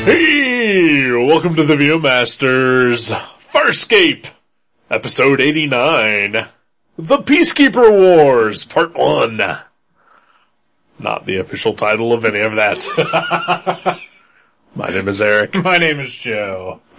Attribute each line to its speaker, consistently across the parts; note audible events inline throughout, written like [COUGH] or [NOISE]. Speaker 1: Hey, welcome to the Viewmasters Farscape, episode 89, The Peacekeeper Wars, part 1. Not the official title of any of that. [LAUGHS] My name is Eric.
Speaker 2: [LAUGHS] My name is Joe.
Speaker 1: [LAUGHS]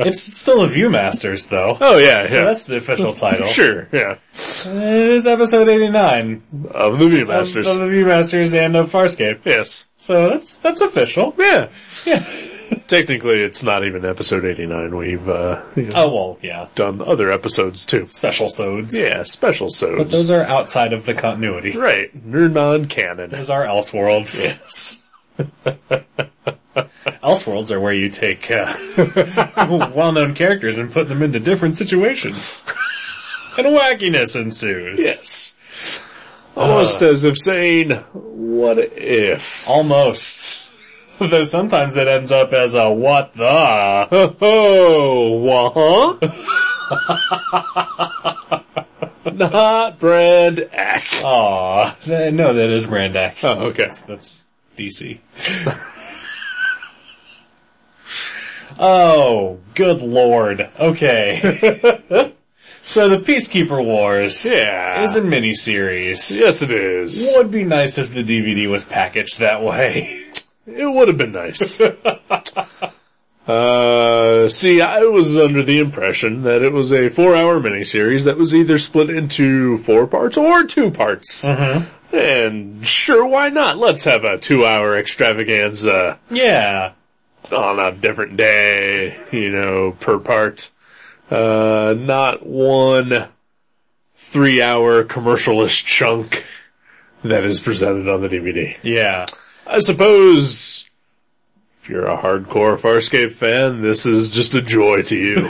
Speaker 2: it's still a Viewmasters though.
Speaker 1: Oh yeah, yeah.
Speaker 2: That's the official title.
Speaker 1: Sure, yeah.
Speaker 2: It is episode 89
Speaker 1: Of the
Speaker 2: of, of the
Speaker 1: Viewmasters.
Speaker 2: Viewmasters and of Farscape.
Speaker 1: Yes.
Speaker 2: So that's, that's official.
Speaker 1: Yeah.
Speaker 2: Yeah.
Speaker 1: [LAUGHS] Technically it's not even episode 89. We've, uh, you know,
Speaker 2: Oh well, yeah.
Speaker 1: done other episodes too.
Speaker 2: Special sods.
Speaker 1: Yeah, special
Speaker 2: But
Speaker 1: sods.
Speaker 2: those are outside of the continuity.
Speaker 1: Right. They're non-canon.
Speaker 2: Those are Elseworlds.
Speaker 1: Yes.
Speaker 2: [LAUGHS] Elseworlds are where you take, uh, [LAUGHS] well-known characters and put them into different
Speaker 1: [LAUGHS]
Speaker 2: situations. and wackiness ensues.
Speaker 1: Yes. Almost as if saying, what if?
Speaker 2: Almost. [LAUGHS] Though sometimes it ends up as a what the. [LAUGHS]
Speaker 1: Oh, wah [LAUGHS] Not Brand Ack.
Speaker 2: Aw. th- No, that is Brandak.
Speaker 1: Oh, okay.
Speaker 2: That's DC. [LAUGHS] oh, good lord. Okay. [LAUGHS] so the Peacekeeper Wars
Speaker 1: Yeah.
Speaker 2: is a miniseries.
Speaker 1: yes, it is.
Speaker 2: It would be nice if the DVD was packaged that way. [LAUGHS]
Speaker 1: It would have been nice. uh, see, I was under the impression that it was a four-hour miniseries that was either split into four parts or two parts. And sure, why not? Let's have a two-hour extravaganza.
Speaker 2: yeah.
Speaker 1: on a different day, you know, per part. Uh, not one three hour commercialist chunk that is presented on the DVD.
Speaker 2: Yeah.
Speaker 1: I suppose if you're a hardcore Farscape fan, this is just a joy to
Speaker 2: [LAUGHS]
Speaker 1: you.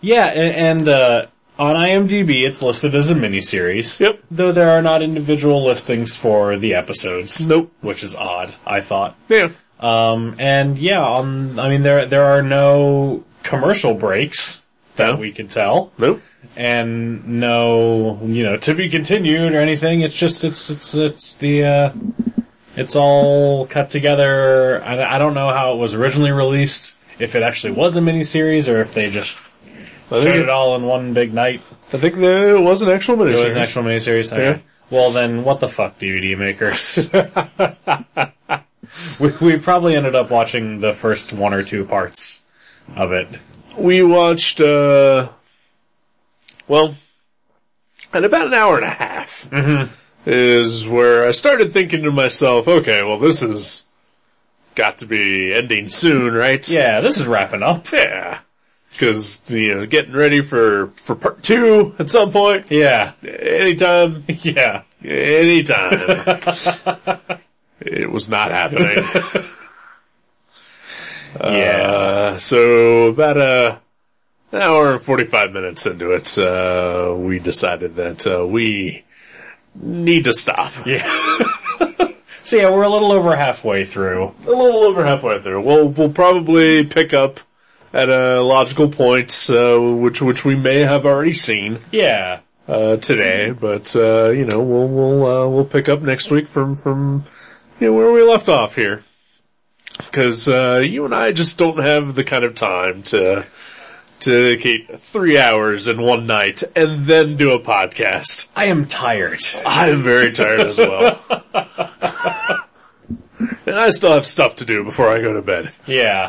Speaker 2: Yeah, and, and uh, on IMDb it's listed as a miniseries.
Speaker 1: Yep.
Speaker 2: Though there are not individual listings for the episodes.
Speaker 1: Nope.
Speaker 2: Which is odd, I thought.
Speaker 1: Yeah.
Speaker 2: Um, and yeah, um, I mean there there are no commercial breaks
Speaker 1: No.
Speaker 2: that we can tell,
Speaker 1: Nope.
Speaker 2: and no, you know, to be continued or anything. It's just it's it's it's the uh, it's all cut together. I, I don't know how it was originally released. If it actually was a miniseries or if they just
Speaker 1: I
Speaker 2: showed
Speaker 1: think,
Speaker 2: it all in one big night.
Speaker 1: I think there was an actual
Speaker 2: It
Speaker 1: miniseries.
Speaker 2: was an actual miniseries. Okay.
Speaker 1: Yeah.
Speaker 2: Well, then, what the fuck, DVD makers? [LAUGHS] we, we probably ended up watching the first one or two parts of it.
Speaker 1: we watched, uh, well, at about an hour and a half is where I started thinking to myself, okay, well this is got to be ending soon, right?
Speaker 2: Yeah, this is wrapping up.
Speaker 1: Yeah. Cause, you know, getting ready for, for part two at some point.
Speaker 2: Yeah, [LAUGHS]
Speaker 1: Anytime.
Speaker 2: yeah.
Speaker 1: Anytime. it was not happening.
Speaker 2: Yeah.
Speaker 1: Uh, so about a an hour and 45 minutes into it, uh, we decided that, uh, we need to stop.
Speaker 2: So yeah, we're a little over halfway through.
Speaker 1: A little over halfway through. We'll, we'll probably pick up at a logical point, uh, which, which we may have already seen,
Speaker 2: Yeah.
Speaker 1: uh, today, but, uh, you know, we'll, we'll, uh, we'll pick up next week from, from, you know, where we left off here. Cause, uh, you and I just don't have the kind of time to, to dedicate three hours in one night and then do a podcast.
Speaker 2: I am tired.
Speaker 1: I'm very tired as well. [LAUGHS] and I still have stuff to do before I go to bed.
Speaker 2: Yeah.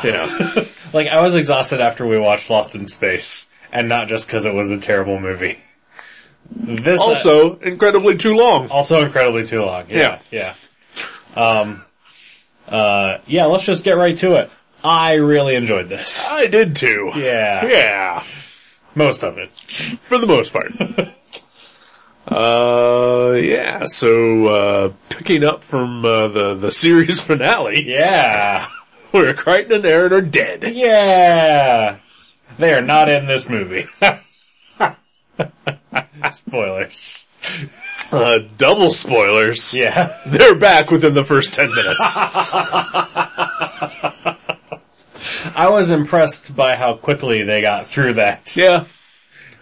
Speaker 1: [LAUGHS] Yeah.
Speaker 2: Like, I was exhausted after we watched Lost in Space, and not just because it was a terrible movie. This uh,
Speaker 1: Also, incredibly too long.
Speaker 2: Also incredibly too long. Yeah. Yeah. Um, uh, yeah, let's just get right to it. I really enjoyed this.
Speaker 1: I did too.
Speaker 2: Yeah.
Speaker 1: Yeah.
Speaker 2: Most of it.
Speaker 1: for the most part. [LAUGHS] uh, yeah. So uh, picking up from uh, the the series [LAUGHS] finale,
Speaker 2: Yeah.
Speaker 1: where Crichton and Aaron are dead.
Speaker 2: Yeah. They are not in this movie. [LAUGHS] Spoilers.
Speaker 1: Uh, double spoilers.
Speaker 2: Yeah.
Speaker 1: They're back within the first ten minutes. [LAUGHS]
Speaker 2: I was impressed by how quickly they got through that.
Speaker 1: yeah.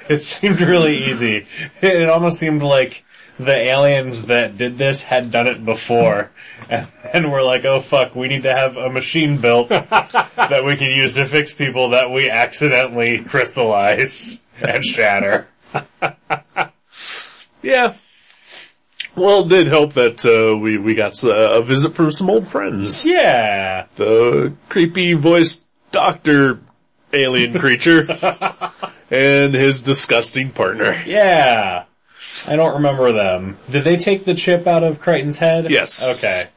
Speaker 2: It seemed really easy. It almost seemed like the aliens that did this had done it before. [LAUGHS] And, and we're like, oh fuck, we need to have a machine
Speaker 1: [LAUGHS]
Speaker 2: built that we can use to fix people that we accidentally crystallize and shatter.
Speaker 1: Yeah. Well, it did help that uh, we we got uh, a visit from some old friends.
Speaker 2: Yeah.
Speaker 1: the creepy voiced doctor alien [LAUGHS] creature and his disgusting partner.
Speaker 2: Yeah. I don't remember them. Did they take the chip out of Crichton's head?
Speaker 1: Yes.
Speaker 2: Okay.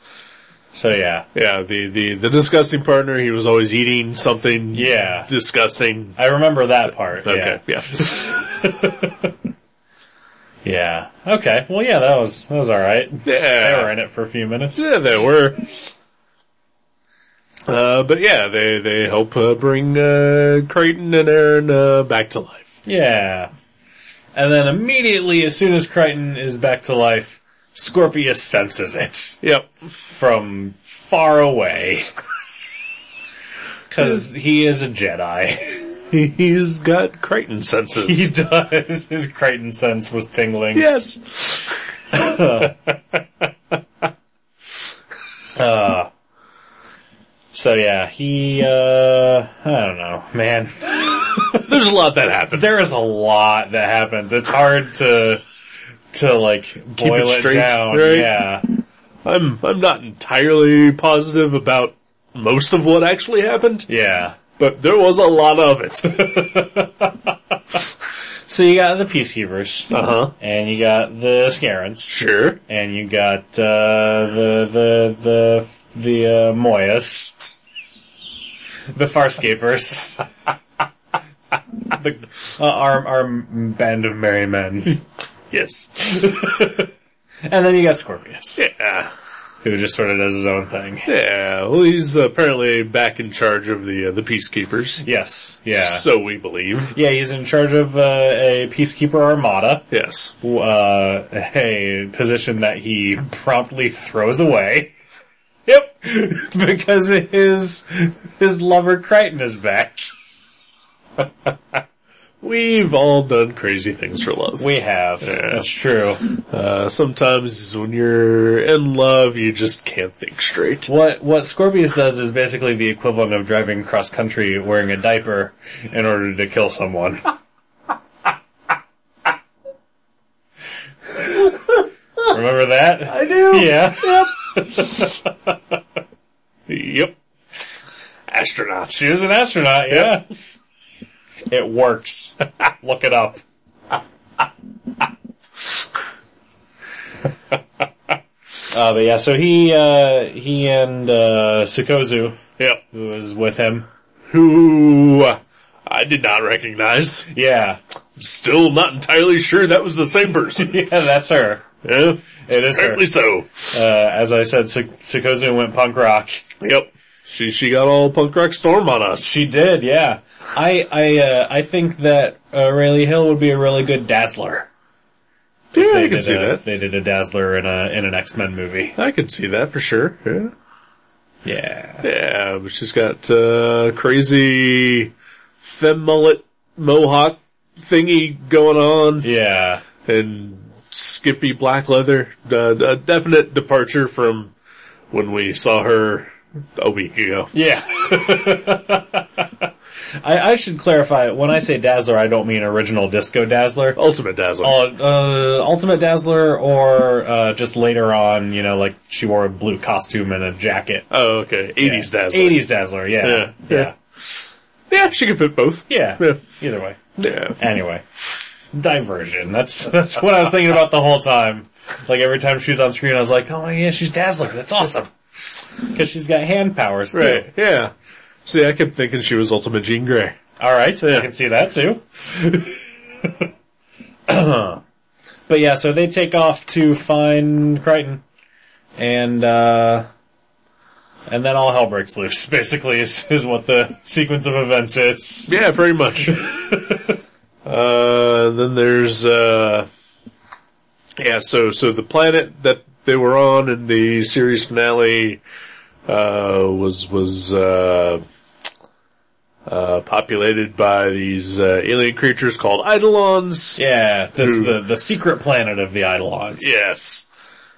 Speaker 2: So yeah.
Speaker 1: Yeah, the, the, the disgusting partner, he was always eating something
Speaker 2: Yeah.
Speaker 1: disgusting.
Speaker 2: I remember that part.
Speaker 1: Okay, yeah.
Speaker 2: Yeah. Yeah. Okay. Well yeah, that was, that was alright. [LAUGHS] They were
Speaker 1: [LAUGHS] Yeah,
Speaker 2: in it for a few minutes.
Speaker 1: yeah they were. Uh, but yeah, they, they help uh, bring uh, Creighton and Aaron uh, back to life.
Speaker 2: Yeah. And then immediately, as soon as Crichton is back to life, Scorpius senses it
Speaker 1: Yep.
Speaker 2: from far away. [LAUGHS] Cause he is a Jedi. [LAUGHS]
Speaker 1: He, he's got Creighton
Speaker 2: He
Speaker 1: senses.
Speaker 2: does. His Crichton sense was tingling.
Speaker 1: yes.
Speaker 2: So yeah, he, uh, I don't know, man.
Speaker 1: There's a lot that happens.
Speaker 2: There is a lot that happens. It's hard to, to like boil it,
Speaker 1: straight,
Speaker 2: down.
Speaker 1: right?
Speaker 2: Yeah.
Speaker 1: I'm I'm not entirely positive about most of what actually happened,
Speaker 2: Yeah.
Speaker 1: but there was a lot of it.
Speaker 2: So you got the peacekeepers,
Speaker 1: Uh huh.
Speaker 2: and you got the
Speaker 1: [LAUGHS]
Speaker 2: Scarens,
Speaker 1: Sure.
Speaker 2: and you got uh, the the the the uh, Moyas, the Farscapers, the uh, our our band of merry men,
Speaker 1: Yes.
Speaker 2: and then you got
Speaker 1: [LAUGHS]
Speaker 2: Scorpius,
Speaker 1: Yeah.
Speaker 2: who just sort of does his own thing.
Speaker 1: Yeah. Well, he's apparently back in charge of the uh, the peacekeepers.
Speaker 2: Yes, yeah,
Speaker 1: So we
Speaker 2: [LAUGHS]
Speaker 1: believe.
Speaker 2: yeah. He's in charge of uh, a peacekeeper armada,
Speaker 1: Yes.
Speaker 2: uh, a position that he promptly throws away. [LAUGHS]
Speaker 1: Yep.
Speaker 2: because his his lover Crichton is back.
Speaker 1: We've all done crazy things for love.
Speaker 2: We have. That's true.
Speaker 1: Uh, sometimes when you're in love, you just can't think straight.
Speaker 2: What what Scorpius does is basically the equivalent of driving cross country wearing a diaper in order to kill someone. [LAUGHS] Remember that? I do. Yeah.
Speaker 1: Yep. Astronauts.
Speaker 2: She was an astronaut, yeah. It works. [LAUGHS] Look it up. uh, but yeah, so he, uh, he and, uh, Sukozu,
Speaker 1: Yep.
Speaker 2: who was with him.
Speaker 1: Who uh, I did not recognize.
Speaker 2: Yeah. [LAUGHS]
Speaker 1: still not entirely sure that was the same person. [LAUGHS]
Speaker 2: Yeah, that's her.
Speaker 1: yeah,
Speaker 2: It is her.
Speaker 1: apparently so.
Speaker 2: Uh, as I said, Su- Sukozu went punk rock.
Speaker 1: Yep. She she got all punk rock storm on us.
Speaker 2: She did, yeah. I, I, uh, I think that, uh, Rayleigh Hill would be a really good dazzler.
Speaker 1: Yeah, I
Speaker 2: They
Speaker 1: can
Speaker 2: did
Speaker 1: see
Speaker 2: a-
Speaker 1: that.
Speaker 2: They did a dazzler in a, in an X-Men movie.
Speaker 1: I can see that for sure. Yeah,
Speaker 2: Yeah.
Speaker 1: yeah but she's got uh, crazy femme mullet mohawk thingy going on
Speaker 2: Yeah.
Speaker 1: and skippy black leather. Uh, a definite departure from when we saw her a week ago.
Speaker 2: Yeah. [LAUGHS] I, I should clarify, when I say Dazzler, I don't mean original Disco Dazzler.
Speaker 1: Ultimate Dazzler.
Speaker 2: Uh, uh, Ultimate Dazzler or uh, just later on, you know, like she wore a blue costume and a jacket.
Speaker 1: oh, okay. 80s Dazzler.
Speaker 2: 80s Dazzler, yeah.
Speaker 1: Yeah.
Speaker 2: Yeah. Yeah.
Speaker 1: Yeah, she can fit both. Yeah.
Speaker 2: Either way.
Speaker 1: Yeah.
Speaker 2: Anyway. Diversion. That's that's what I was thinking about the whole time. Like every time she was on screen, I was like, oh yeah, she's Dazzler. That's awesome. Cause she's got hand powers too.
Speaker 1: Right. Yeah. See, I kept thinking she was Ultimate Jean Grey.
Speaker 2: All right, I can see that too. [CLEARS THROAT] but yeah, so they take off to find Crichton, and uh, and then all hell breaks loose. [LAUGHS] Basically, is, is what the sequence of events is.
Speaker 1: Yeah, pretty much. uh, then there's uh, yeah. So so the planet that they were on in the series finale uh, was was uh, uh, uh, populated by these uh, alien creatures called Eidolons.
Speaker 2: Yeah, that's
Speaker 1: Who-
Speaker 2: the, the secret planet of the Eidolons.
Speaker 1: Yes.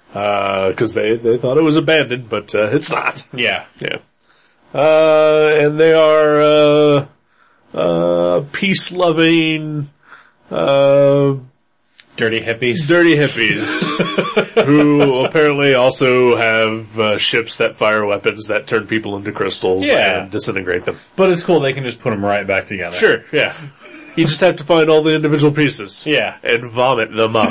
Speaker 1: Because they, they thought it was abandoned, but uh, it's not.
Speaker 2: Yeah.
Speaker 1: Yeah. Uh, and they are, uh, uh, peace-loving, uh,
Speaker 2: Dirty hippies.
Speaker 1: dirty
Speaker 2: [LAUGHS]
Speaker 1: hippies who apparently also have uh, ships that fire weapons that turn people into crystals
Speaker 2: Yeah.
Speaker 1: and disintegrate them.
Speaker 2: But it's cool, they can just put them right back together.
Speaker 1: Sure, yeah. [LAUGHS] You just have to find all the individual pieces.
Speaker 2: Yeah. [LAUGHS]
Speaker 1: And vomit them up.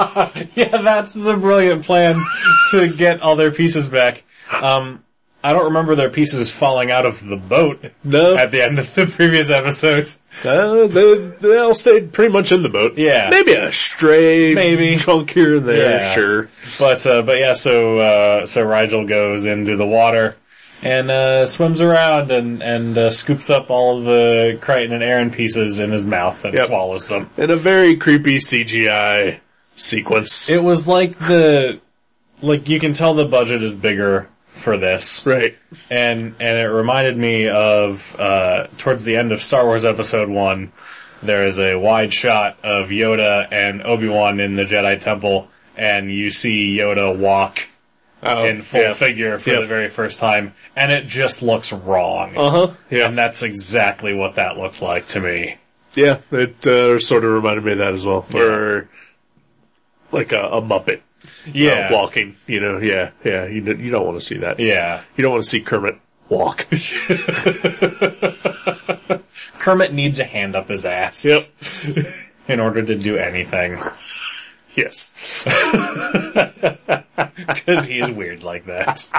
Speaker 2: Yeah, that's the brilliant plan [LAUGHS] to get all their pieces back. Um, I don't remember their pieces falling out of the boat
Speaker 1: No,
Speaker 2: at the end of the [LAUGHS] previous episode.
Speaker 1: uh, they, they all stayed pretty much in the boat.
Speaker 2: Yeah.
Speaker 1: Maybe a stray
Speaker 2: Maybe.
Speaker 1: chunk here and there,
Speaker 2: Yeah.
Speaker 1: sure.
Speaker 2: But uh, but yeah, so uh, so Rigel goes into the water and uh, swims around and and uh, scoops up all of the Crichton and Aaron pieces in his mouth and
Speaker 1: Yep.
Speaker 2: swallows them.
Speaker 1: In a very creepy CGI sequence.
Speaker 2: It was like the like you can tell the budget is bigger for this,
Speaker 1: right.
Speaker 2: and and it reminded me of uh, towards the end of Star Wars Episode One. There is a wide shot of Yoda and Obi Wan in the Jedi Temple, and you see Yoda walk
Speaker 1: Oh,
Speaker 2: in full figure for
Speaker 1: Yep.
Speaker 2: the very first time, and it just looks wrong.
Speaker 1: Uh huh. Yeah.
Speaker 2: Uh-huh. And that's exactly what that looked like to me.
Speaker 1: Yeah, it uh, sort of reminded me of that as well. Or like a, a Muppet uh,
Speaker 2: Yeah.
Speaker 1: walking, you know? Yeah, yeah. You don't- you don't want to see that.
Speaker 2: Yeah.
Speaker 1: You don't want to see Kermit
Speaker 2: [LAUGHS]
Speaker 1: walk.
Speaker 2: Kermit needs a hand up his ass.
Speaker 1: Yep.
Speaker 2: In order to do anything.
Speaker 1: yes.
Speaker 2: Cause he is weird like that.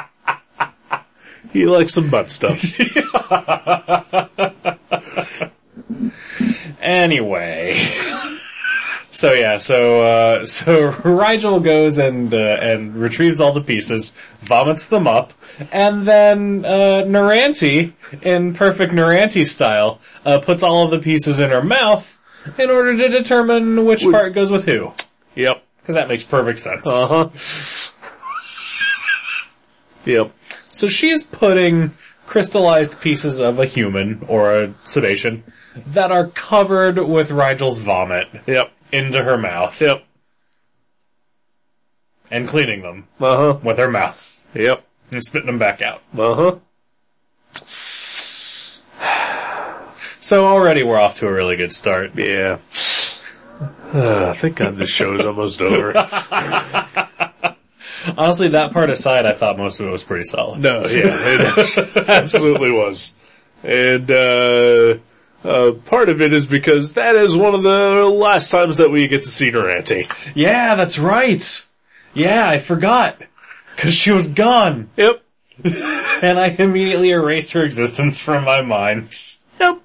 Speaker 1: He likes some butt stuff.
Speaker 2: [LAUGHS] Anyway. So yeah, so, uh, so Rigel goes and, uh, and retrieves all the pieces, vomits them up, and then, uh, Naranti, in perfect Naranti style, uh, puts all of the pieces in her mouth in order to determine which part goes with who.
Speaker 1: yep.
Speaker 2: Cause that makes perfect sense.
Speaker 1: Uh huh. yep.
Speaker 2: So she's putting crystallized pieces of a human, or a sedation, that are covered with Rigel's vomit
Speaker 1: Yep.
Speaker 2: into her mouth,
Speaker 1: Yep.
Speaker 2: and cleaning them
Speaker 1: Uh huh.
Speaker 2: with her mouth.
Speaker 1: Yep.
Speaker 2: and spitting them back out.
Speaker 1: Uh huh.
Speaker 2: Uh-huh. So already we're off to a really good start.
Speaker 1: Yeah. Uh, thank God this show is almost [LAUGHS] over.
Speaker 2: Honestly, that part aside, I thought most of it was pretty solid.
Speaker 1: No, yeah, it absolutely was. And, uh, uh, part of it is because that is one of the last times that we get to see Durante.
Speaker 2: Yeah, that's right. Yeah, I forgot. Cause she was gone,
Speaker 1: Yep.
Speaker 2: and I immediately erased her existence from my mind.
Speaker 1: Yep.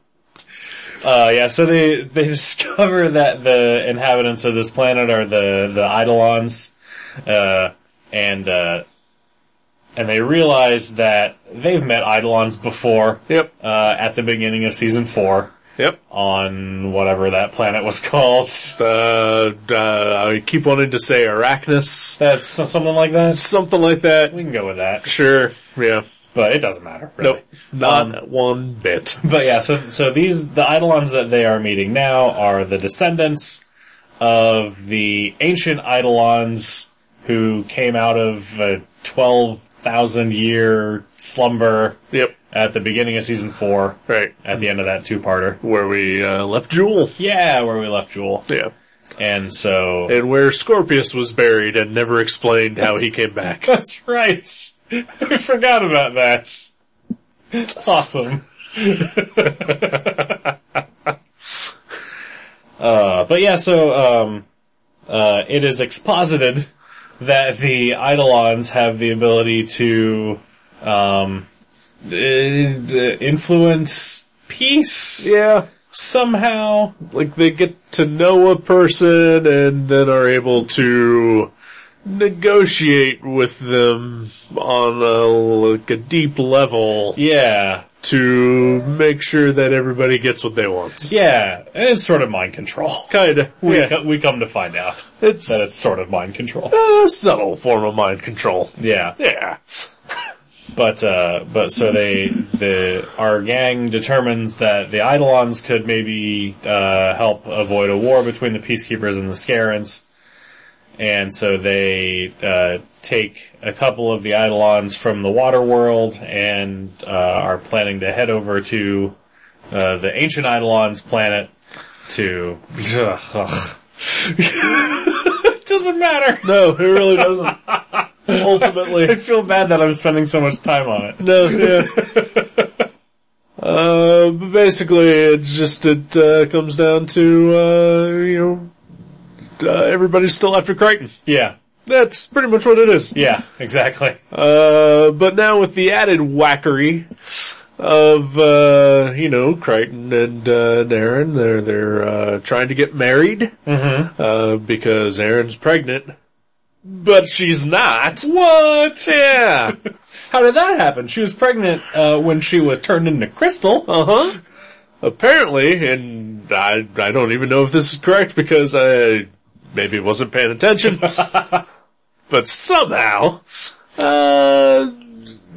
Speaker 2: Uh, yeah, so they, they [LAUGHS] discover that the inhabitants of this planet are the, the Eidolons, uh, and, uh, and they realize that they've met Eidolons before,
Speaker 1: Yep.
Speaker 2: uh, at the beginning of season four.
Speaker 1: Yep.
Speaker 2: on whatever that planet was [LAUGHS] called.
Speaker 1: Uh, uh, I keep wanting to say Arachnus.
Speaker 2: That's something like that.
Speaker 1: Something like that.
Speaker 2: We can go with that,
Speaker 1: Sure. Yeah.
Speaker 2: but it doesn't matter. Really.
Speaker 1: Nope. Not one bit. [LAUGHS]
Speaker 2: But yeah, so so these the Eidolons that they are meeting now are the descendants of the ancient Eidolons who came out of a twelve thousand year slumber
Speaker 1: Yep.
Speaker 2: at the beginning of season four.
Speaker 1: Right.
Speaker 2: At the end of that two parter.
Speaker 1: Where we, uh, left Jewel.
Speaker 2: Yeah, where we left Jewel.
Speaker 1: Yeah.
Speaker 2: And so
Speaker 1: And where Scorpius was buried and never explained how he came back.
Speaker 2: That's right. I forgot about that. Awesome. [LAUGHS] uh, but yeah, so um, uh, it is exposited that the Eidolons have the ability to um, uh, influence peace
Speaker 1: [LAUGHS] Yeah.
Speaker 2: somehow.
Speaker 1: like they get to know a person and then are able to negotiate with them on a like a deep level
Speaker 2: Yeah,
Speaker 1: to make sure that everybody gets what they want.
Speaker 2: yeah, and it's sort of mind control.
Speaker 1: Kinda.
Speaker 2: We,
Speaker 1: Yeah.
Speaker 2: co- we come to find out
Speaker 1: It's
Speaker 2: that
Speaker 1: a
Speaker 2: it's sort of mind control.
Speaker 1: subtle form of mind control.
Speaker 2: Yeah.
Speaker 1: Yeah.
Speaker 2: But uh, but so they the our gang determines that the Eidolons could maybe uh, help avoid a war between the peacekeepers and the Scarens, and so they uh, take a couple of the Eidolons from the water world and uh, are planning to head over to uh, the ancient Eidolons planet to. Doesn't [LAUGHS] matter.
Speaker 1: No, it really [LAUGHS] doesn't.
Speaker 2: I
Speaker 1: Ultimately,
Speaker 2: feel bad that I'm spending so much time on it.
Speaker 1: no. Yeah. [LAUGHS] Uh, but basically, it's just it uh, comes down to uh, you know uh, everybody's still after Crichton.
Speaker 2: Yeah.
Speaker 1: That's pretty much what it is.
Speaker 2: Yeah, exactly.
Speaker 1: Uh, but now with the added whackery of uh, you know Crichton and uh, Aaron, they're they're uh, trying to get married uh, because Aaron's pregnant, but she's not.
Speaker 2: What?
Speaker 1: Yeah.
Speaker 2: How did that happen? She was pregnant uh, when she was turned into crystal.
Speaker 1: Uh huh. Apparently, and I I don't even know if this is correct because I maybe wasn't paying
Speaker 2: [LAUGHS]
Speaker 1: attention. but somehow, uh,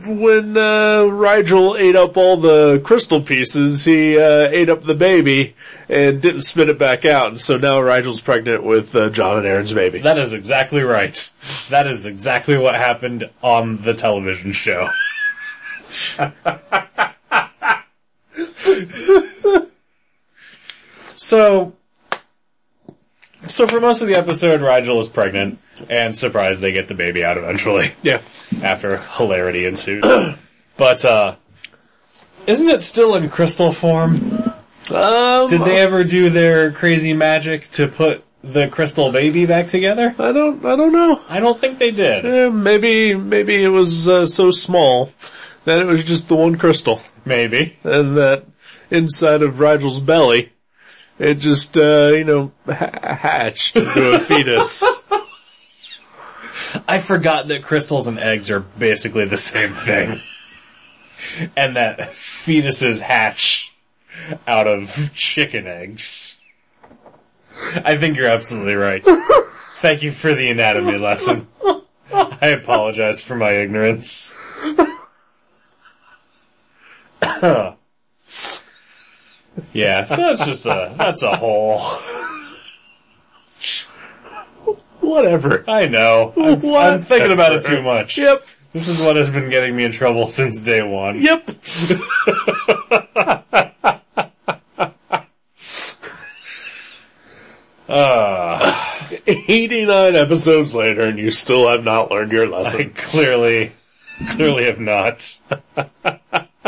Speaker 1: when uh, Rigel ate up all the crystal pieces, he uh, ate up the baby and didn't spit it back out, and so now Rigel's pregnant with uh, John and Aaron's baby.
Speaker 2: That is exactly right. That is exactly what happened on the television show. so, so for most of the episode, Rigel is pregnant, and surprise, they get the baby out eventually.
Speaker 1: Yeah.
Speaker 2: after hilarity ensues. but uh isn't it still in crystal form?
Speaker 1: Um,
Speaker 2: Did they ever do their crazy magic to put the crystal baby back together?
Speaker 1: I don't I don't know.
Speaker 2: I don't think they did.
Speaker 1: Eh, maybe maybe it was uh, so small that it was just the one crystal.
Speaker 2: Maybe.
Speaker 1: and that inside of Rigel's belly, it just, uh, you know, ha- hatched into a fetus. [LAUGHS]
Speaker 2: I forgot that crystals and eggs are basically the same thing. and that fetuses hatch out of chicken eggs. I think you're absolutely right. Thank you for the anatomy lesson. I apologize for my ignorance. [COUGHS] yeah, so that's just a, that's a whole.
Speaker 1: Whatever.
Speaker 2: I know. I'm, I'm thinking about it too much.
Speaker 1: Yep.
Speaker 2: This is what has been getting me in trouble since day one.
Speaker 1: Yep. uh, 89 episodes later and you still have not learned your
Speaker 2: [LAUGHS] I
Speaker 1: lesson.
Speaker 2: clearly, clearly have not. [LAUGHS]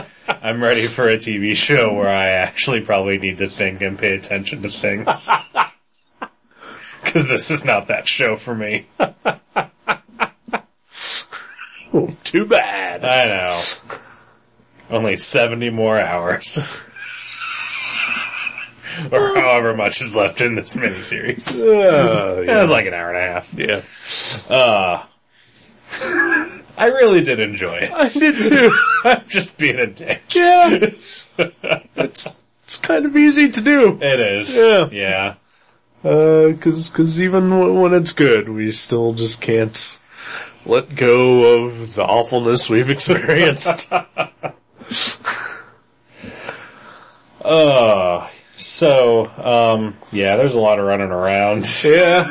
Speaker 2: I'm ready for a TV show where I actually probably need to think and pay attention to things. [LAUGHS] Cause this is not that show for me.
Speaker 1: [LAUGHS] Too bad.
Speaker 2: I know. Only 70 more hours. [LAUGHS] or however much is left in this miniseries.
Speaker 1: Uh,
Speaker 2: Yeah,
Speaker 1: yeah.
Speaker 2: it's like an hour and a half.
Speaker 1: yeah.
Speaker 2: I really did enjoy it. [LAUGHS]
Speaker 1: I did too. [LAUGHS]
Speaker 2: I'm just being a dick.
Speaker 1: yeah. It's, it's kind of easy to do.
Speaker 2: It is.
Speaker 1: Yeah.
Speaker 2: Yeah.
Speaker 1: Uh, cause, cause even w- when it's good, we still just can't let go of the awfulness we've [LAUGHS] experienced.
Speaker 2: Uh, so, um, yeah, there's a lot of running around, [LAUGHS]
Speaker 1: yeah.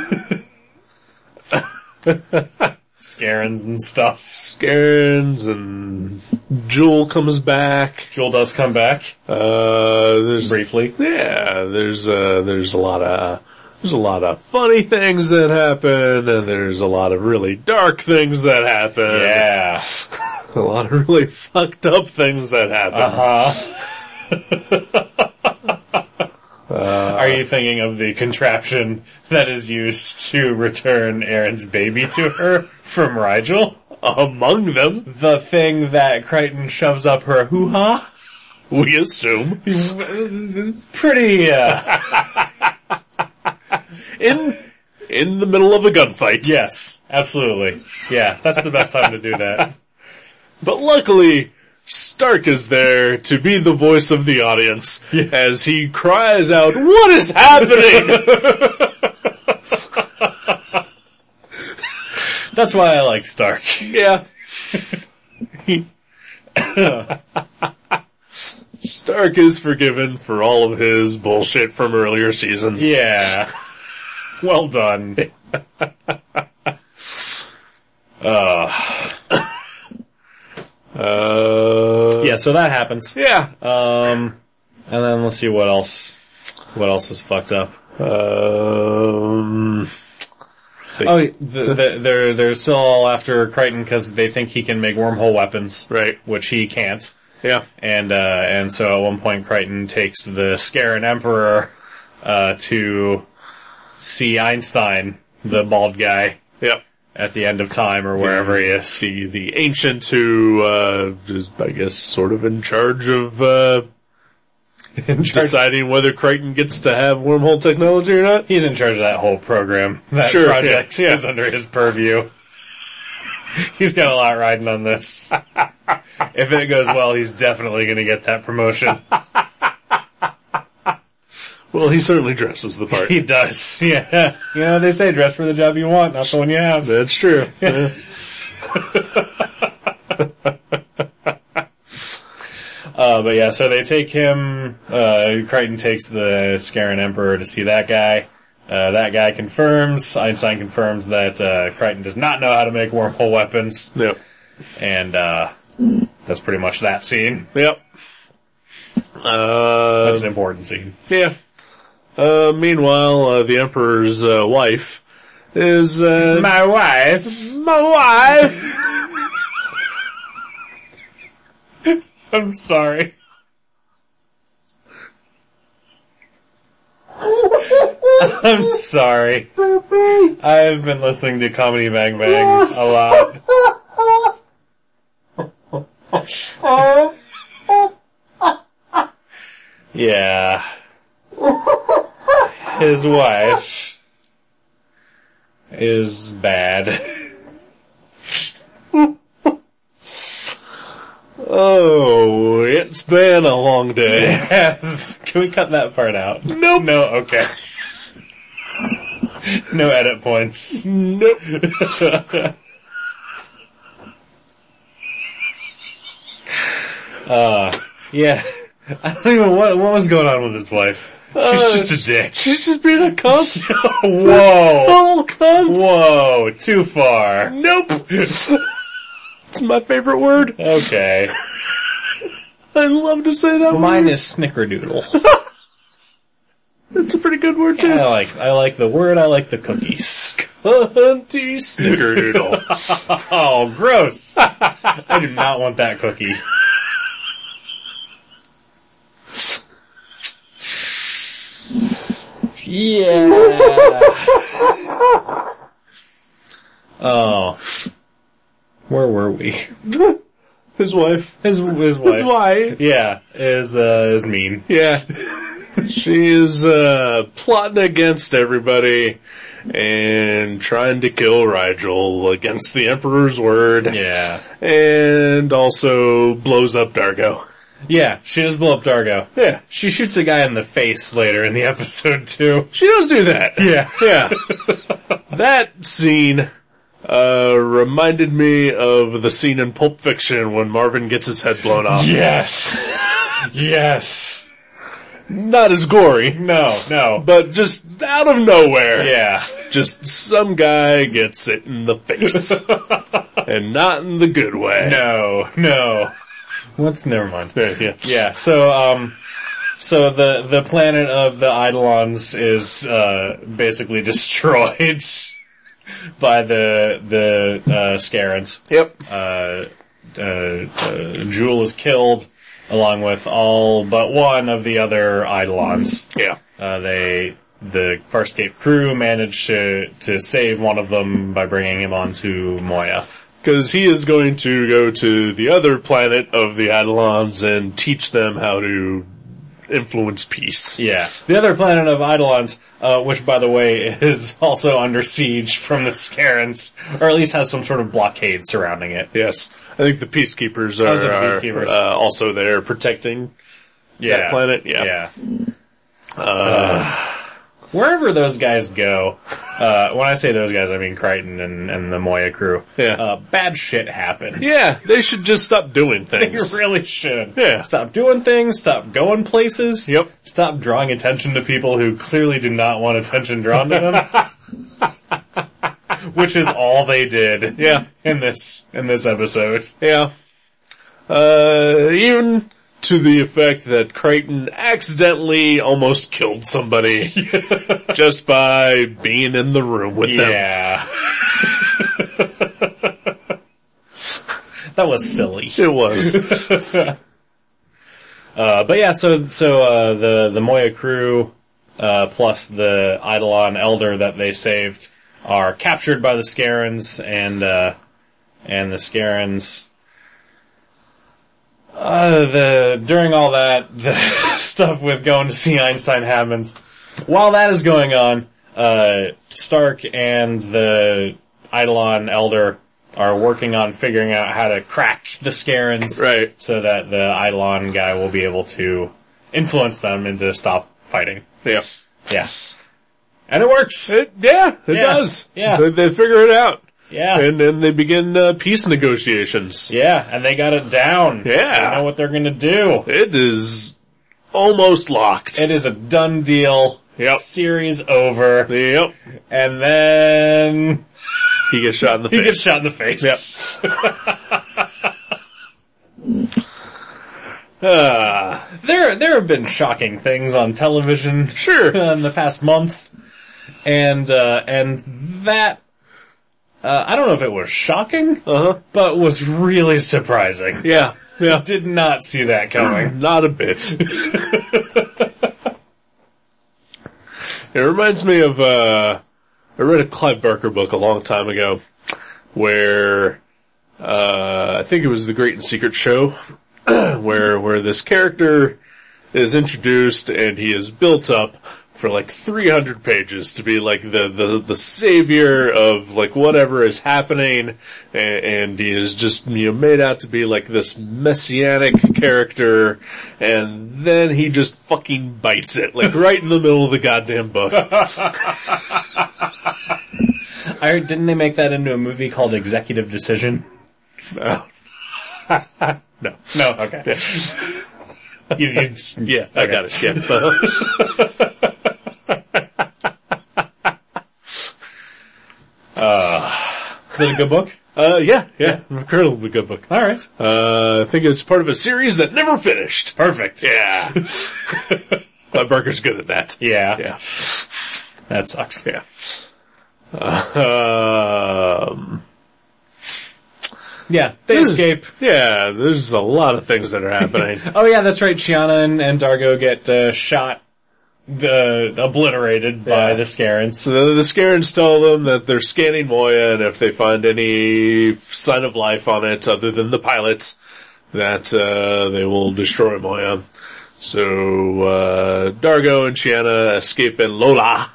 Speaker 2: scarins and stuff.
Speaker 1: Scarens and Jewel comes back.
Speaker 2: Jewel does come back
Speaker 1: Uh, there's,
Speaker 2: briefly.
Speaker 1: yeah, there's, uh, there's a lot of, there's a lot of funny things that happen and there's a lot of really dark things that happen.
Speaker 2: Yeah.
Speaker 1: A lot of really fucked up things that happen.
Speaker 2: Uh-huh. [LAUGHS] Are you thinking of the contraption that is used to return Aaron's baby to her from Rigel?
Speaker 1: Among them,
Speaker 2: The thing that Crichton shoves up her hoo-ha?
Speaker 1: we assume.
Speaker 2: It's pretty, uh,
Speaker 1: in in the middle of a gunfight.
Speaker 2: yes, absolutely. Yeah, that's the best time to do that.
Speaker 1: But luckily, Stark is there to be the voice of the audience as he cries out, "What is happening?"
Speaker 2: That's why I like Stark.
Speaker 1: yeah. He Stark is forgiven for all of his bullshit from earlier seasons.
Speaker 2: Yeah. well done.
Speaker 1: Uh,
Speaker 2: Yeah, so that happens.
Speaker 1: yeah.
Speaker 2: Um, and then let's see what else, what else is fucked up.
Speaker 1: Um, they-
Speaker 2: Oh, th th they're they're still all after Crichton because they think he can make wormhole weapons,
Speaker 1: Right.
Speaker 2: Which he can't.
Speaker 1: Yeah.
Speaker 2: And uh, and so at one point, Crichton takes the Scaran Emperor uh, to see Einstein, the bald guy,
Speaker 1: Yeah.
Speaker 2: at the end of time or wherever he is.
Speaker 1: The, the ancient who, uh, is, I guess, sort of in charge of, [LAUGHS] uh, deciding whether Crichton gets to have wormhole technology or not.
Speaker 2: He's in charge of that whole program. That
Speaker 1: Sure,
Speaker 2: project
Speaker 1: yeah, yeah.
Speaker 2: is under his purview. [LAUGHS] he's got a lot riding on this. if it goes well, he's definitely going to get that promotion.
Speaker 1: Well, he certainly dresses the part.
Speaker 2: He does. [LAUGHS] Yeah. You know, they say dress for the job you want, not the one you have.
Speaker 1: [LAUGHS] That's true. [LAUGHS] Yeah.
Speaker 2: Uh, but yeah, so they take him, uh, Crichton takes the Scaran Emperor to see that guy. Uh, that guy confirms, Einstein confirms that, uh, Crichton does not know how to make wormhole weapons,
Speaker 1: Yep.
Speaker 2: and, uh, that's pretty much that scene.
Speaker 1: Yep. Uh,
Speaker 2: That's an important scene.
Speaker 1: Yeah. Uh, meanwhile, uh, the Emperor's uh, wife is uh,
Speaker 2: My wife!
Speaker 1: my wife.
Speaker 2: [LAUGHS] I'm sorry. I'm sorry. I've been listening to Comedy Bang Bang a lot. [LAUGHS] yeah. His wife is bad.
Speaker 1: Oh, it's been a long day.
Speaker 2: Yes. [LAUGHS] Can we cut that part out?
Speaker 1: Nope.
Speaker 2: No, okay. no edit points.
Speaker 1: Nope.
Speaker 2: Yeah. I don't even what what was going on with his wife. She's
Speaker 1: Uh,
Speaker 2: just a dick.
Speaker 1: She's just being a cunt.
Speaker 2: [LAUGHS] Whoa.
Speaker 1: Total cunt.
Speaker 2: Whoa, too far.
Speaker 1: Nope. [LAUGHS] it's my favorite word.
Speaker 2: Okay.
Speaker 1: I love to say that
Speaker 2: Mine
Speaker 1: word.
Speaker 2: is snickerdoodle.
Speaker 1: It's a pretty good word too.
Speaker 2: [LAUGHS] I like I like the word, I like the cookies. [LAUGHS]
Speaker 1: Cunty snickerdoodle.
Speaker 2: Oh, [LAUGHS] gross. I do not want that cookie. Yeah. oh. Where were we?
Speaker 1: [LAUGHS] His wife.
Speaker 2: His, his
Speaker 1: His
Speaker 2: wife.
Speaker 1: wife.
Speaker 2: Yeah, is, uh, is mean.
Speaker 1: Yeah. [LAUGHS] She is uh, plotting against everybody and trying to kill Rigel against the Emperor's word
Speaker 2: Yeah.
Speaker 1: and also blows up Dargo. [LAUGHS]
Speaker 2: Yeah, she does blow up Dargo.
Speaker 1: Yeah.
Speaker 2: She shoots a guy in the face later in the episode too. [LAUGHS]
Speaker 1: She does do that.
Speaker 2: Yeah. [LAUGHS]
Speaker 1: Yeah. that scene uh, reminded me of the scene in Pulp Fiction when Marvin gets his head blown off.
Speaker 2: Yes. yes.
Speaker 1: Not as gory,
Speaker 2: No, no.
Speaker 1: but just out of nowhere.
Speaker 2: Yeah. [LAUGHS]
Speaker 1: Just some guy gets it in the face. and not in the good way.
Speaker 2: No, no. What's never mind.
Speaker 1: Yeah.
Speaker 2: Yeah, so um so the the planet of the Eidolons is uh basically [LAUGHS] destroyed by the the uh Scarans.
Speaker 1: Yep.
Speaker 2: Uh, uh, uh Jewel is killed along with all but one of the other Eidolons.
Speaker 1: Yeah.
Speaker 2: Uh, they, the Farscape crew managed to, to save one of them by bringing him onto Moya.
Speaker 1: Cause he is going to go to the other planet of the Eidolons and teach them how to influence peace.
Speaker 2: Yeah. The other planet of Eidolons, uh, which by the way is [LAUGHS] also under siege from the Scarans, or at least has some sort of blockade surrounding it.
Speaker 1: Yes. I think the peacekeepers are,
Speaker 2: Those are the
Speaker 1: are,
Speaker 2: peacekeepers.
Speaker 1: uh, also there protecting
Speaker 2: Yeah.
Speaker 1: that planet. Yeah.
Speaker 2: Yeah. wherever those guys go, uh, when I say those guys, I mean Crichton and, and the Moya crew.
Speaker 1: Yeah.
Speaker 2: Uh, bad shit happens.
Speaker 1: Yeah, they should just stop doing
Speaker 2: [LAUGHS] You
Speaker 1: things.
Speaker 2: really should.
Speaker 1: Yeah.
Speaker 2: Stop doing things, stop going places.
Speaker 1: Yep.
Speaker 2: Stop drawing attention to people who clearly do not want attention drawn to them. Which is all they did.
Speaker 1: Yeah.
Speaker 2: In this, in this episode.
Speaker 1: Yeah. Uh, even to the effect that Creighton accidentally almost killed
Speaker 2: [LAUGHS]
Speaker 1: somebody just by being in the room with them.
Speaker 2: Yeah. [LAUGHS] that was silly.
Speaker 1: It was.
Speaker 2: [LAUGHS] Uh, but yeah, so so uh, the the Moya crew uh, plus the Eidolon elder that they saved are captured by the Scarens and uh, and the Scarens. Uh, the during all that [LAUGHS] the stuff with going to see Einstein happens. While that is going on, uh, Stark and the Eidolon elder are working on figuring out how to crack the Scarens
Speaker 1: right.
Speaker 2: so that the Eidolon guy will be able to influence them into stop fighting.
Speaker 1: Yeah.
Speaker 2: Yeah. And it works!
Speaker 1: It, yeah, it
Speaker 2: Yeah.
Speaker 1: does.
Speaker 2: Yeah.
Speaker 1: They, they figure it out.
Speaker 2: Yeah.
Speaker 1: And then they begin uh, peace negotiations.
Speaker 2: yeah, and they got it down.
Speaker 1: Yeah.
Speaker 2: They know what they're gonna do.
Speaker 1: It is almost locked.
Speaker 2: It is a done deal.
Speaker 1: Yep.
Speaker 2: Series over.
Speaker 1: yep.
Speaker 2: And then [LAUGHS]
Speaker 1: He gets shot in the
Speaker 2: he
Speaker 1: face.
Speaker 2: gets shot in the face. [LAUGHS] Ah. there, there have been shocking things on television [LAUGHS]
Speaker 1: sure.
Speaker 2: in the past month, and uh, and that uh, I don't know if it was shocking,
Speaker 1: Uh-huh.
Speaker 2: but was really surprising.
Speaker 1: Yeah. Yeah.
Speaker 2: Did not see that coming.
Speaker 1: [LAUGHS] Not a bit. it reminds me of, uh, I read a Clive Barker book a long time ago where, uh, I think it was The Great and Secret Show [CLEARS THROAT] where, where this character is introduced and he is built up for like 300 pages to be like the, the, the savior of like whatever is happening and, and he is just, you know, made out to be like this messianic character and then he just fucking bites it like right in the middle of the goddamn book.
Speaker 2: I heard- didn't they make that into a movie called Executive Decision?
Speaker 1: No. no.
Speaker 2: Oh. [LAUGHS] No, okay. you, you-
Speaker 1: Yeah, Uh-huh. I got it. Yeah.
Speaker 2: is it a good book?
Speaker 1: uh, yeah, yeah. Incredibly good book.
Speaker 2: All right,
Speaker 1: Uh, I think it's part of a series that never finished.
Speaker 2: perfect.
Speaker 1: Yeah. [LAUGHS] Clive Barker's good at that.
Speaker 2: Yeah,
Speaker 1: Yeah.
Speaker 2: that sucks.
Speaker 1: Yeah. Um,
Speaker 2: Yeah, they escape.
Speaker 1: yeah, there's a lot of things that are
Speaker 2: [LAUGHS]
Speaker 1: happening.
Speaker 2: Oh yeah, that's right. Shiana and, and Dargo get uh, shot, uh, obliterated by
Speaker 1: Yeah.
Speaker 2: the Scarens.
Speaker 1: so the, the Scarens tell them that they're scanning Moya and if they find any sign of life on it other than the pilots, that, uh, they will destroy Moya. So, uh, Dargo and Shiana escape in Lola.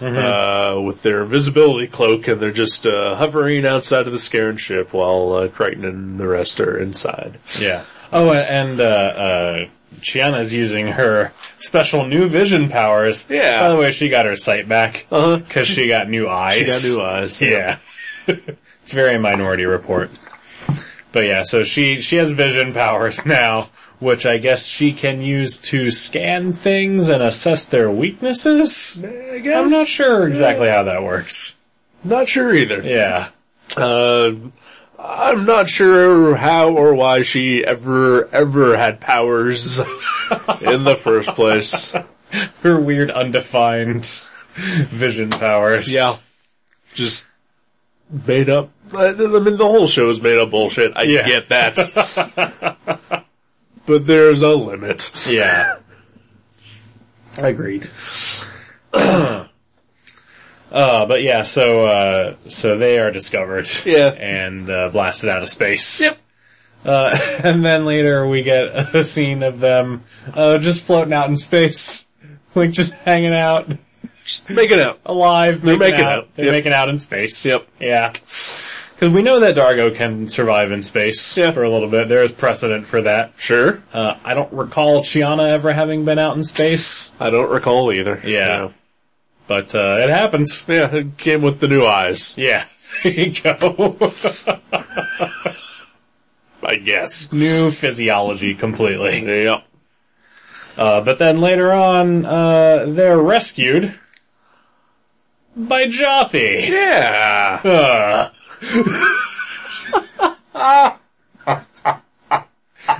Speaker 2: Mm-hmm.
Speaker 1: uh, with their invisibility cloak, and they're just uh, hovering outside of the Scaran ship while uh, Crichton and the rest are inside.
Speaker 2: Yeah. Oh, and and, uh, uh, Chiana's using her special new vision powers.
Speaker 1: Yeah.
Speaker 2: By the way, she got her sight back
Speaker 1: Uh huh.
Speaker 2: because she got new eyes.
Speaker 1: She got new eyes.
Speaker 2: Yeah. [LAUGHS] it's very Minority Report. But yeah, so she she has vision powers [LAUGHS] now, which I guess she can use to scan things and assess their weaknesses.
Speaker 1: I guess.
Speaker 2: I'm not sure exactly how that works.
Speaker 1: Not sure either.
Speaker 2: Yeah.
Speaker 1: Uh, I'm not sure how or why she ever, ever had powers [LAUGHS] in the first place.
Speaker 2: Her weird undefined [LAUGHS] vision powers.
Speaker 1: Just made up. I I mean, the whole show is made up bullshit. I
Speaker 2: Yeah.
Speaker 1: get that.
Speaker 2: [LAUGHS]
Speaker 1: but there's a limit.
Speaker 2: Yeah. Agreed. uh, but yeah, so, uh, so they are discovered.
Speaker 1: Yeah.
Speaker 2: And, uh, blasted out of space.
Speaker 1: Yep.
Speaker 2: Uh, [LAUGHS] and then later we get [LAUGHS] a scene of them, uh, just floating out in space. [LAUGHS] Like just hanging out,
Speaker 1: Just make it up.
Speaker 2: alive, They're
Speaker 1: making out.
Speaker 2: They're
Speaker 1: Yep.
Speaker 2: making out in space.
Speaker 1: Yep.
Speaker 2: Yeah. Cause we know that Dargo can survive in space
Speaker 1: Yeah.
Speaker 2: for a little bit. There is precedent for that.
Speaker 1: Sure.
Speaker 2: Uh, I don't recall Chiana ever having been out in space.
Speaker 1: I don't recall either.
Speaker 2: Yeah. But uh, it happens. [LAUGHS]
Speaker 1: Yeah, it came with the new eyes,
Speaker 2: Yeah. [LAUGHS] There you go. [LAUGHS]
Speaker 1: I guess.
Speaker 2: New physiology completely.
Speaker 1: Yeah.
Speaker 2: Uh, but then later on, uh, they're rescued by Joffy.
Speaker 1: Yeah.
Speaker 2: [LAUGHS] Ugh.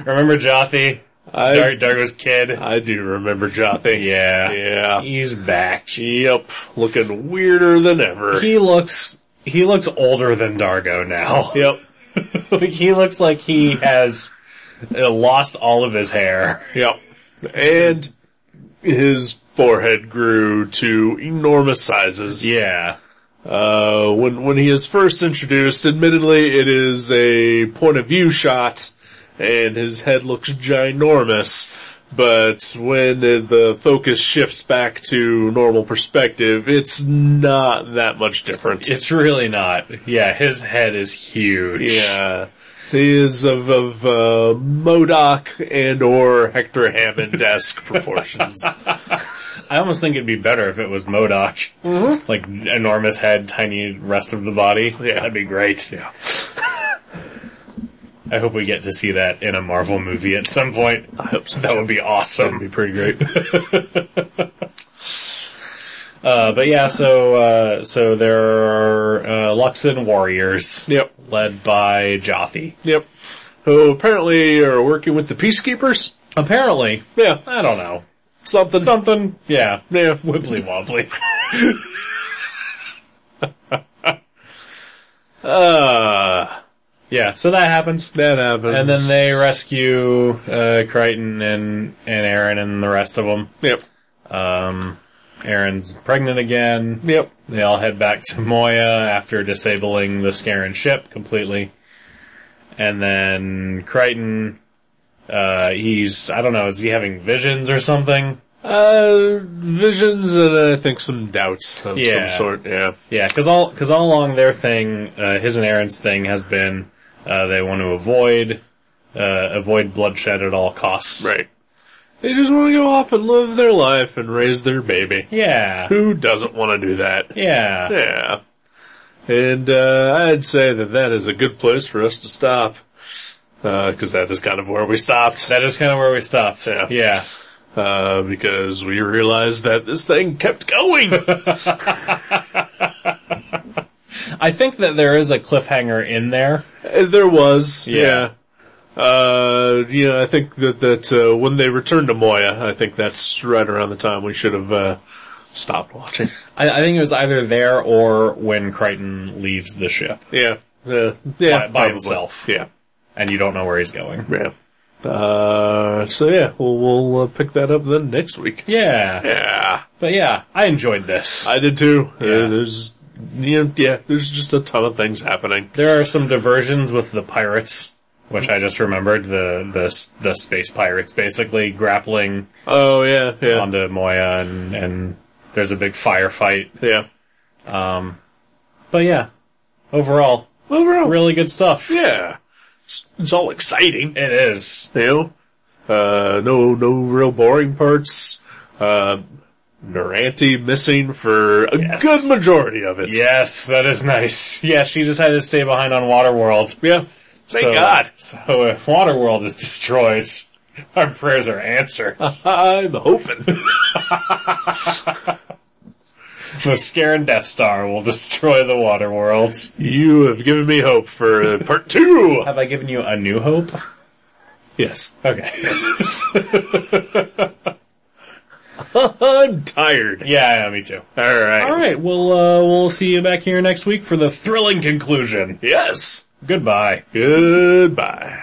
Speaker 2: Remember Joffy?
Speaker 1: I,
Speaker 2: Dar- Dargo's kid?
Speaker 1: I do remember Jotham.
Speaker 2: Yeah.
Speaker 1: Yeah.
Speaker 2: He's back.
Speaker 1: Yep. Looking weirder than ever.
Speaker 2: He looks, he looks older than Dargo now. [LAUGHS]
Speaker 1: Yep.
Speaker 2: like he looks like he has uh, lost all of his hair.
Speaker 1: Yep. And his forehead grew to enormous sizes.
Speaker 2: Yeah.
Speaker 1: Uh, when, when he is first introduced, admittedly it is a point of view shot and his head looks ginormous, but when the focus shifts back to normal perspective, it's not that much different.
Speaker 2: It's really not. Yeah, his head is huge.
Speaker 1: Yeah. He is of, of, uh, Modoc and or Hector [LAUGHS] Hammond-esque proportions.
Speaker 2: I almost think it'd be better if it was Modoc. Like enormous head, tiny rest of the body.
Speaker 1: Mm-hmm. Yeah.
Speaker 2: That'd be great.
Speaker 1: yeah.
Speaker 2: I hope we get to see that in a Marvel movie at some point.
Speaker 1: I hope so.
Speaker 2: That would be awesome.
Speaker 1: That'd be pretty great.
Speaker 2: [LAUGHS] Uh, but yeah, so, uh, so there are, uh, Luxon warriors.
Speaker 1: yep.
Speaker 2: Led by Jothi.
Speaker 1: Yep. Who apparently are working with the peacekeepers.
Speaker 2: Apparently.
Speaker 1: Yeah.
Speaker 2: I don't know.
Speaker 1: Something.
Speaker 2: Something, yeah.
Speaker 1: yeah.
Speaker 2: Wibbly [LAUGHS] wobbly.
Speaker 1: Uh,
Speaker 2: yeah, so that happens.
Speaker 1: that happens.
Speaker 2: And then they rescue, uh, Crichton and, and Aaron and the rest of them.
Speaker 1: Yep.
Speaker 2: Um, Aaron's pregnant again.
Speaker 1: Yep.
Speaker 2: They all head back to Moya after disabling the Scaran ship completely. And then Crichton, uh, he's, I don't know, is he having visions or something?
Speaker 1: Uh, visions and I think some doubt of
Speaker 2: Yeah.
Speaker 1: some sort. Yeah.
Speaker 2: Yeah, cause all, cause all along their thing, uh, his and Aaron's thing has been, uh, they want to avoid, uh, avoid bloodshed at all costs.
Speaker 1: Right. They just want to go off and live their life and raise their baby.
Speaker 2: Yeah.
Speaker 1: Who doesn't want to do that?
Speaker 2: Yeah.
Speaker 1: Yeah. And, uh, I'd say that that is a good place for us to stop. Uh, cause that is kind of where we stopped.
Speaker 2: That is kind of where we stopped.
Speaker 1: Yeah.
Speaker 2: yeah.
Speaker 1: Uh, because we realized that this thing kept [LAUGHS] going.
Speaker 2: I think that there is a cliffhanger in there.
Speaker 1: Uh, there was,
Speaker 2: Yeah.
Speaker 1: yeah. Uh, you know, I think that, that, uh, when they returned to Moya, I think that's right around the time we should have, uh, stopped watching.
Speaker 2: I, I think it was either there or when Crichton leaves the ship,
Speaker 1: Yeah. Uh, yeah.
Speaker 2: By- by
Speaker 1: probably.
Speaker 2: himself.
Speaker 1: Yeah.
Speaker 2: and you don't know where he's going.
Speaker 1: Yeah. Uh, so yeah, we'll, we'll uh, pick that up then next week.
Speaker 2: Yeah,
Speaker 1: Yeah.
Speaker 2: but yeah, I enjoyed this.
Speaker 1: I did too. Uh,
Speaker 2: Yeah.
Speaker 1: there's, you know, yeah, there's just a ton of things happening.
Speaker 2: There are some diversions with the pirates, which I just remembered. The the the space pirates basically grappling
Speaker 1: Oh yeah, yeah,
Speaker 2: onto Moya, and and there's a big firefight.
Speaker 1: yeah.
Speaker 2: Um, but yeah, overall,
Speaker 1: Overall,
Speaker 2: really good stuff.
Speaker 1: yeah, it's, it's all exciting.
Speaker 2: It is.
Speaker 1: You know, uh, no, no real boring parts. Uh, Naranti missing for a
Speaker 2: Yes.
Speaker 1: good majority of it.
Speaker 2: Yes, that is nice. Yeah, she decided to stay behind on Waterworld.
Speaker 1: yeah. Thank
Speaker 2: so,
Speaker 1: God.
Speaker 2: So if Waterworld is destroyed, [LAUGHS] our prayers are [LAUGHS] answered. the
Speaker 1: I'm hoping. [LAUGHS]
Speaker 2: Scaran Death Star will destroy the Waterworld.
Speaker 1: you have given me hope for uh, part two.
Speaker 2: Have I given you a new hope?
Speaker 1: Yes.
Speaker 2: Okay.
Speaker 1: I'm tired.
Speaker 2: yeah, yeah, me too.
Speaker 1: All right.
Speaker 2: All right, well, uh, we'll see you back here next week for the thrilling conclusion.
Speaker 1: Yes.
Speaker 2: Goodbye.
Speaker 1: Goodbye.